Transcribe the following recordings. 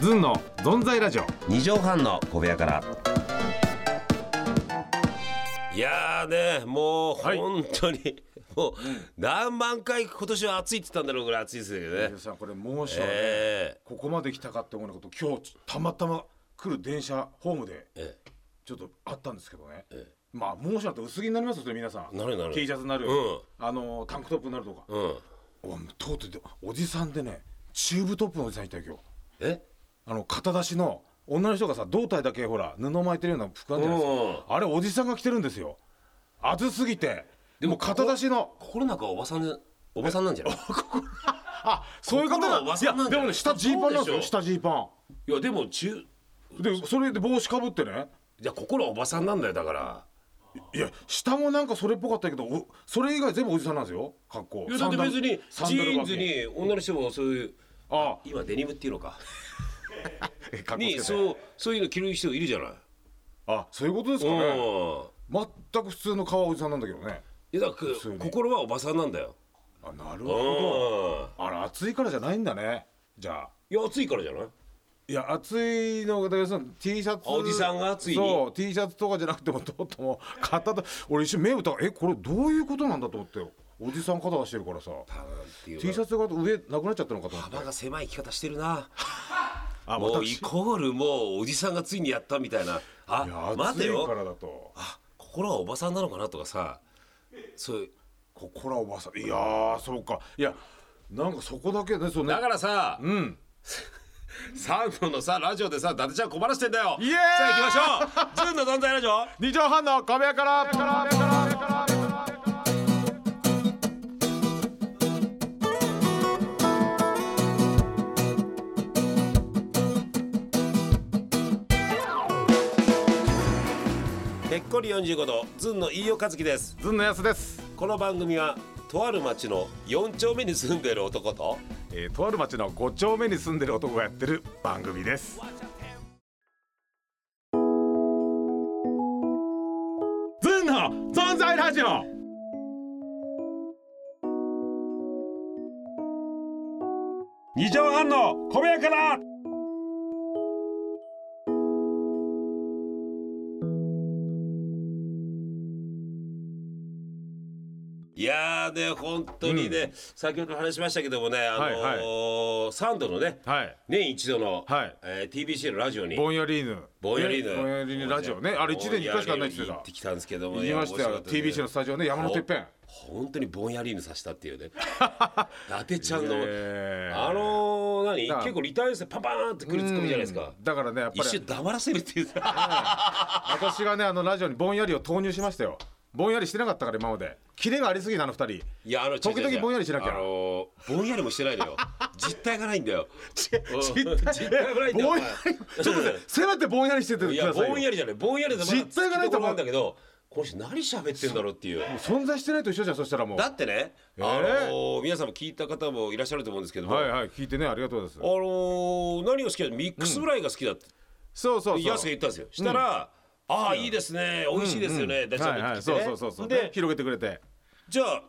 ずんのぞんざいラジオ二畳半の小部屋から。いやーね、もうはい本当に、 もう何万回今年は暑いって言ったんだろうぐらい暑いですけどね皆。さんこれ猛暑、ねえここまで来たかって思うようなこと今日たまたま来る電車ホームでええちょっとあったんですけどね、えまあ猛暑だと薄着になりますよそれ皆さんなるなる T シャツになる、うんあのタンクトップになるとか、えうん。おいとうとうでおじさんでねチューブトップのおじさんいたよ今日え、あの肩出しの女の人がさ胴体だけほら布巻いてるような服あるじゃないですかあれおじさんが着てるんですよ暑すぎてででももう肩出しの心の中はおばさんで、おばさんなんじゃない。あそういう方心だは忘いれやなんじゃないでもね下ジーパンなんですそうよでしょ下ジーパいや、でも中、ンでそれで帽子かぶってねいや、心はおばさんなんだよ、だから。いや下もなんかそれっぽかったけどおそれ以外全部おじさんなんですよ格好いや、だって別に、サジンダルーンサンダルズ履きに女の人もそういう。あ今デニムって いうのか。えかっこつけに、てそう、そういうの着る人いるじゃない。あそういうことですかねうん。全く普通の顔はおじさんなんだけどねいやだから通に心はおばさんなんだよ。あなるうほどあら暑いからじゃないんだねじゃあん。いや暑いからじゃない。いや暑いのがだけどその T シャツあおじさんが暑いにそう T シャツとかじゃなくてもとっとも肩と俺一瞬目を疑えこれどういうことなんだと思っておじさん肩出してるからさパンっていう T シャツが上なくなっちゃったのかと思って幅が狭い生き方してるな。あもう私イいコールもうおじさんがついにやったみたいな。あや 待暑ていかよ。らだとあ心はおばさんなのかなとかさ。そうここらおばさんいやーそうかいやなんかそこだけねそうねだからさ、うんサンドのさラジオでさ伊達ちゃん困らしてんだよ。イエーイさあ行きましょう。ズンの存在ラジオ。二畳半の壁屋からぺっこり45度ズンの飯尾和樹です。ずんのやすです、この番組はとある町の4丁目に住んでる男と。えー、とある町の五丁目に住んでる男がやってる番組ですずんの存在ラジオ二畳半の小部屋から。いやーね本当にね、先ほど話しましたけどもねあのーはいサンドのねはい年一度の、はいえー TBC のラジオにボンヤリーヌぼんやりぬねボンヤリーヌラジオねあれ一年に一回しかないって言って行たってきたんですけども言いましたよ TBC のスタジオね山のてっぺん本当にぼんやりぬさしたっ ていうね伊達ちゃんの、えーあのー、何だから結構リターンしてパンパーンってくるツッコミじゃないですかうんだからねやっぱ一り瞬黙らせるっていうさ私がねあのラジオにぼんやりを投入しましたよぼんやりしてなかったから今までキレがありすぎなあの二人 いやあの違う時々違う違うぼんやりしなきゃあのー、ぼんやりもしてな いのよ実体がないんだようん実実体がないんだよぼおん前やりちょっとねせめてぼんやりしてていくやださいぼよんやりじゃないぼんやりで実体がないと思うなんだけどこの人何喋ってんだろうっていう存在してないと一緒じゃんそしたらもうだってね、えーあのー皆さんも聞いた方もいらっしゃると思うんですけども、はいはい聞いてねありがとうございあますのー何が好きかミックスフライが好きだって、そうそうヤスそがう言ったんですよしたら、ああいいですね美味しいですよね、ダチはいャはンいきてそうねそうそうそうねで広げてくれてじゃあ、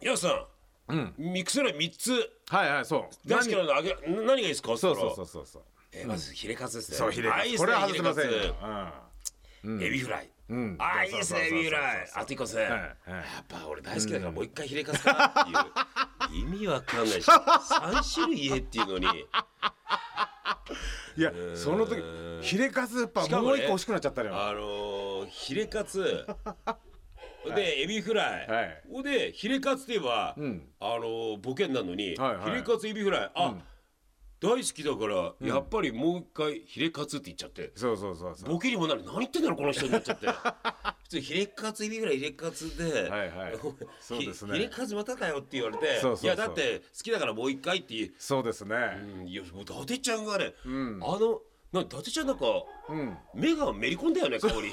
ヤスさん、うんミックスフライ3つはいはいそう大好きなのあげ何がいいですかそうそうそううそうそうえーまずヒレカツですねそうヒレカあいいでツすこねれは外せませんヒレよカうツエビフライ、んああいいですねエビフライあと一個ですね、んはいはいやっぱ俺大好きだからもう一回ヒレカツかなっていう意味わか んないし3種類言えっていうのにいやその時ヒレカツやっぱしかももう一ね個欲しくなっちゃったのよあのー、ヒレ カツでエビフライ、はいほんでヒレカツといえば、んあのー、ボケになるのに、はいはいヒレカツエビフライあ、大好きだから、やっぱりもう一回ヒレカツって言っちゃって、そうそうそうそうボケにもなる何言ってんだろこの人になっちゃって 普通ヒレカツエビフライヒレカツで、はい はいそうですねヒレカツまたかよって言われ そてうそうそうやだって好きだからもう一回っていうそうですねうんいやもう伊達ちゃんがね、あのなん伊達ちゃんなんかうん目がめり込んだよね顔に。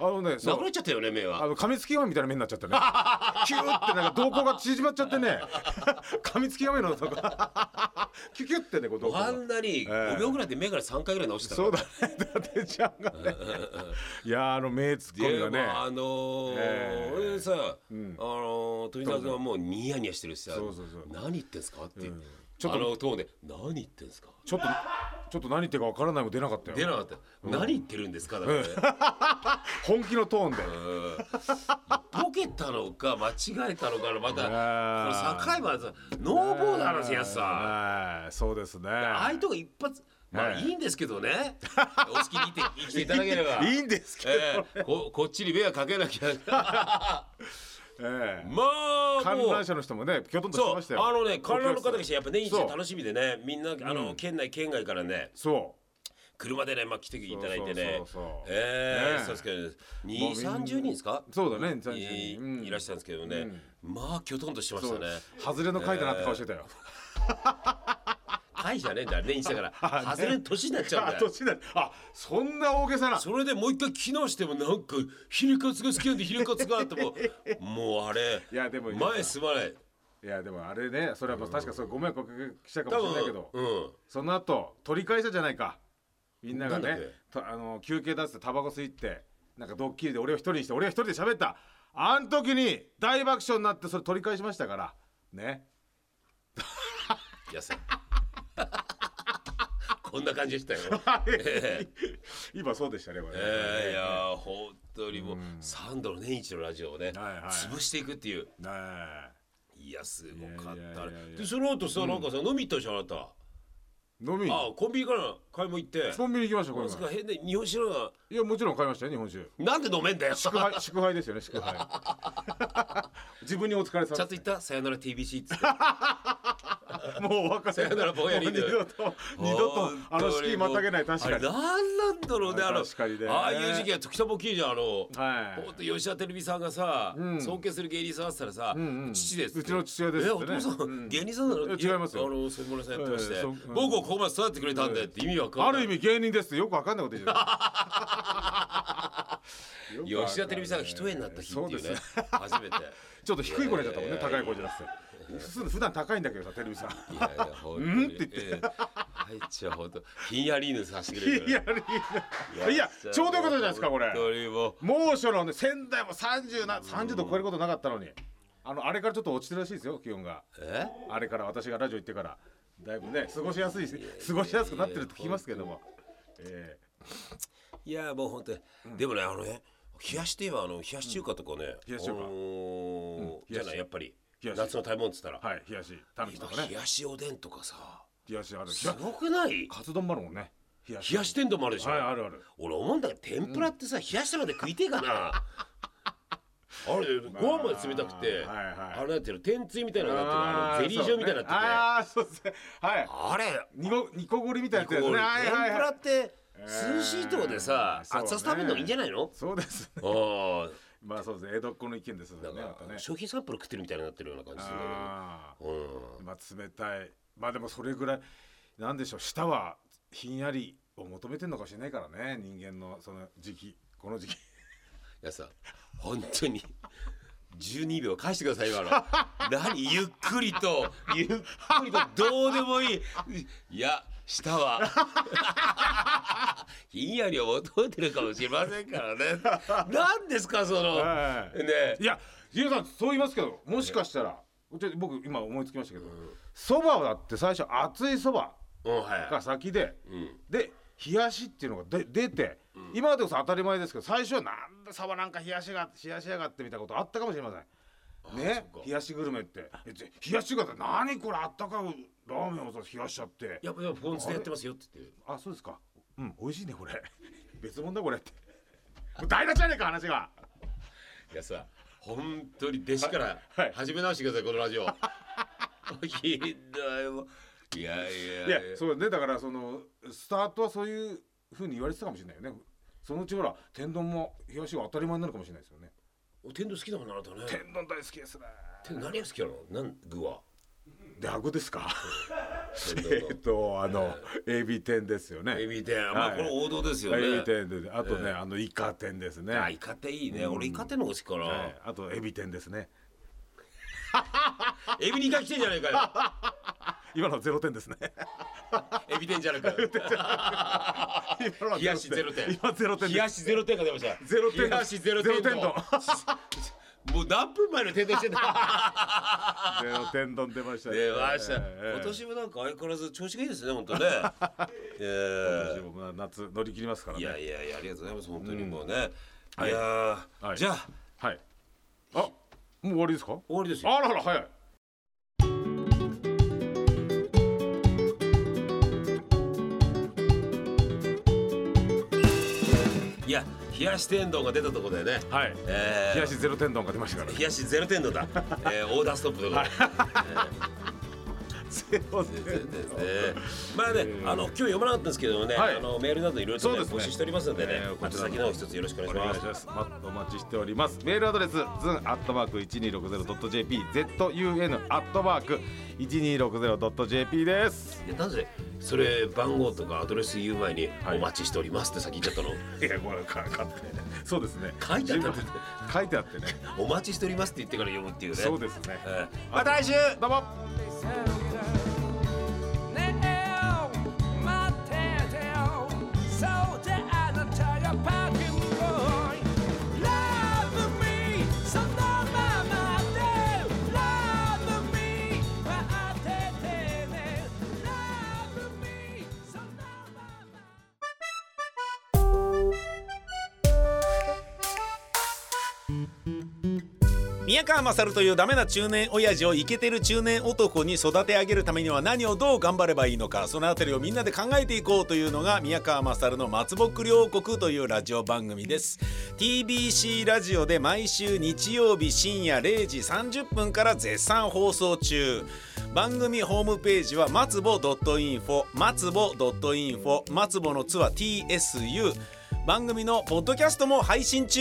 あのねそなくうなっちゃったよね目あは。の噛みつき亀みたいな目になっちゃって ねキューってなんか瞳孔が縮まっちゃってね噛みつき亀のとか キュキュってねこう瞳孔あがんなにえ5秒ぐらいで目から3回ぐらい直してたかそらうだね伊達ちゃんが ねいやーあの目つっこみがでねもあのーええ俺でさ、あのー富澤君はもうニヤニヤしてるしさそうそうそう何言ってんすか?」って、ちょっとあのトーンで「何言ってんすか?」ちょっとちょっと何言ってるかわからないも出なかった出よなかった、何言ってるんですかだからね、本気のトーンでうんボケたのか間違えたのかのまたこ あーれ境までさノーボーダーなんですよ安さんはいそうですねああいうとこ一発まあねいいんですけど ねお好きにいて生きていただければいいんですけど、ええここっちに迷惑かけなきゃええまあ観も覧う車の人もねきょとんとしてそましたうよあのね観覧の方がお客さしんてやっぱ年一そうで楽しみでねみんなあの、県内県外からねそ車でね、まあ、来ていただいそうそてねうそうそうえねええそうですけどもう2みんな三3 0人ですかうそうだね30い人、うんいらっしゃるんですけどね、まあきょとんとしてましそたうね外れの書いたなって顔してたよ、はいじゃねえんだ年一 だから外れる年になっちゃうんだあよ年だあそんな大げさなそれでもう一回機能してもなんかヒレカツが好きなんでヒレカツがあってももうあれいやでも前すまないいやでもあれねそれはもう確かそうご迷惑をかけしたか多もしれないけ分ど、うんその後取り返したじゃないかみんながなんねだっけとあの休憩出してタバコ吸いってなんかドッキリで俺を一人にして俺が一人で喋ったあん時に大爆笑になってそれ取り返しましたからねい やさこんな感じでした よ今そうでしたねこれねえー、いやー本当にもう3度の年一のラジオをね、はいはい潰していくっていうねえいやすごかっいやいたやねいやいやでその後さなんかさ、飲み行ったじゃんあなた、飲みあコンビニから買い物行っ てコンビニ行きましたこなれんか変で日本酒のいやもちろん買いましたよ日本酒なんで飲めんだよち祝 杯祝杯ですよね祝杯自分にお疲れ様ゃんと言ったさよなら TBC っつってもう分かるさよならぼんやりもう二度と 二度とあの敷居またげない確かあれに何なんだろうねあの確かにねああいう時期は時たぼきいじゃんあの、はいほんと吉田照美さんがさ、ん尊敬する芸人さんだったらさ、んうん父ですってうちの父親ですっえてねお父さん、うん芸人さんなのいや違いますよあのそういうものさんやってまして、ええそううん僕をここまで育ってくれたんでって意味わかんないある意味芸人ですってよく分かんないこと言 ってる吉田照美さんが一重になった日っていそうねうです初めてちょっと低い声になっちゃったもんね、いやい高やい声じゃなくて普普段高いんだけどさテレビさんいやいや本当にうんって言ってええはいじゃあ本当ひんやり犬させてくれ るいやいやちょうどよかったじゃないですかこれ本当にもう猛暑のね仙台も30な30度超えることなかったのにあのあれからちょっと落ちてるらしいですよ気温がえあれから私がラジオ行ってからだいぶね過ごしやすいし過ごしやすくなってると聞きますけどもえいやもう本当に、でもねあのね冷やしといえばあの冷やし中華とかね、冷やし中華あのー冷やじしゃないやっぱり冷やし夏の食べ物っつったら、ーはい冷やしタヌキと今か冷ねやしおでんとかさ冷やしあるすごくないカツ丼もあるもんね冷や冷やし天丼もあるでしょ、はいあるある俺思うんだけど天ぷらってさ、冷やしてまで食いてえかな あれご飯まで冷たくて、まあはいはいあれなってる天つゆみたいなのになってるああのーゼリー状みたいになってて、ああそうですねはいあれニコニコゴリみたいなやつこうですねはいはい天ぷらはいって涼しいとこでさ、えー熱々そう食ねべるのがいいんじゃないのそうです ねあーまあそうですね江戸っ子の意見ですよねなんまかたね商品サンプル食ってるみたいになってるような感じするんだあけどうんーまあ冷たいまあでもそれぐらいなんでしょう舌はひんやりを求めてるのかもしれないからね人間のその時期この時期いやさ本当に12秒返してください今の何ゆっくりとゆっくりとどうでもいいいや下はひんやりを求めてるかもしれませんからね何ですかそのねはいえいやジュさんそう言いますけどもしかしたらちょ僕今思いつきましたけどそば、だって最初熱いそばうんはが先で、い、うん、で冷やしっていうのがで出て、今までこそ当たり前ですけど最初はなんだサバなんか冷やしが冷やしやがってみたいなことあったかもしれませんねそっか冷やしグルメってえぜ冷やしが何これあったかいラーメンをさ冷やしちゃってやっぱポン酢でやってますよって言ってあそうですかうん美味しいねこれ 別物だこれってもう台無しじゃねえか話がいやさ本当に弟子からはいはい始め直してくださいこのラジオ ひどいもういやいやいいややそうねだからそのスタートはそういうふうに言われてたかもしれないよねそのうちほら天丼も冷やしが当たり前になるかもしれないですよねお天丼好きだもんなあなたね天丼大好きですね天何が好きなのなん具はであごですか天丼のえっとあの、エビ天ですよね。エビ天まはあいこれ王道ですよエビね天で、あとね、あのイカ天ですね。あイカ天いいね俺イカ天の方が好きかはないあとエビ天ですね。エビにイカ来てんじゃないか今のはゼロ点です ね。よ エビ天じゃなくて今のは冷やしゼロ点今ゼロ点冷です。やしゼロ点が出ましたゼロ点冷やしゼロ点ゼロ点のの もう何分前の点灯して たで天丼出ましたね出ました、ええ今年もなんか相変わらず調子がいいですね 本当ね、今ええ年もまあ夏乗り切りますからいやねいやいやありがとうございます本当にもうね、はいい、やー、はいじゃあはいあもう終わりですか終わりですあよらあら早いいや冷やし天丼が出たところでね、はいえー冷やしゼロ天丼が出ましたから冷やしゼロ天 丼だ、えー、オーダーストップとか、ゼロ天全然ですねまあね、あの今日読まなかったんですけどもね、はいあのメールなどいろいろと、そねうですね募集しておりますのでね、えーこまちたらの先の方一つよろしくお願いおし願まいすします。まお待ちしております。メールアドレス、ズンアットマーク一二六ゼロドット J. P. Z. U. N. アットマーク一二六ゼロドット J. P. です。いやなぜそれ番号とかアドレス言う前にはいお待ちしておりますって先言っちゃったの、いや、これ、か、かって。そうですね。書いてあったんだ自分書いてあってね。お待ちしておりますって言ってから読むっていうねそうですね。えーまた来週。どうも。 Now, my tell, so that I don't tell your parking boy. Love me, so no mama tell. Love me, my tell. Love me, so no mama. 「宮川勝というダメな中年親父をイケてる中年男に育て上げるためには何をどう頑張ればいいのかそのあたりをみんなで考えていこう」というのが宮川勝の「松ぼっくり王国」というラジオ番組です TBC ラジオで毎週日曜日深夜0時30分から絶賛放送中番組ホームページは松ぼ .info 松ぼ .info 松ぼのツは TSU 番組のポッドキャストも配信中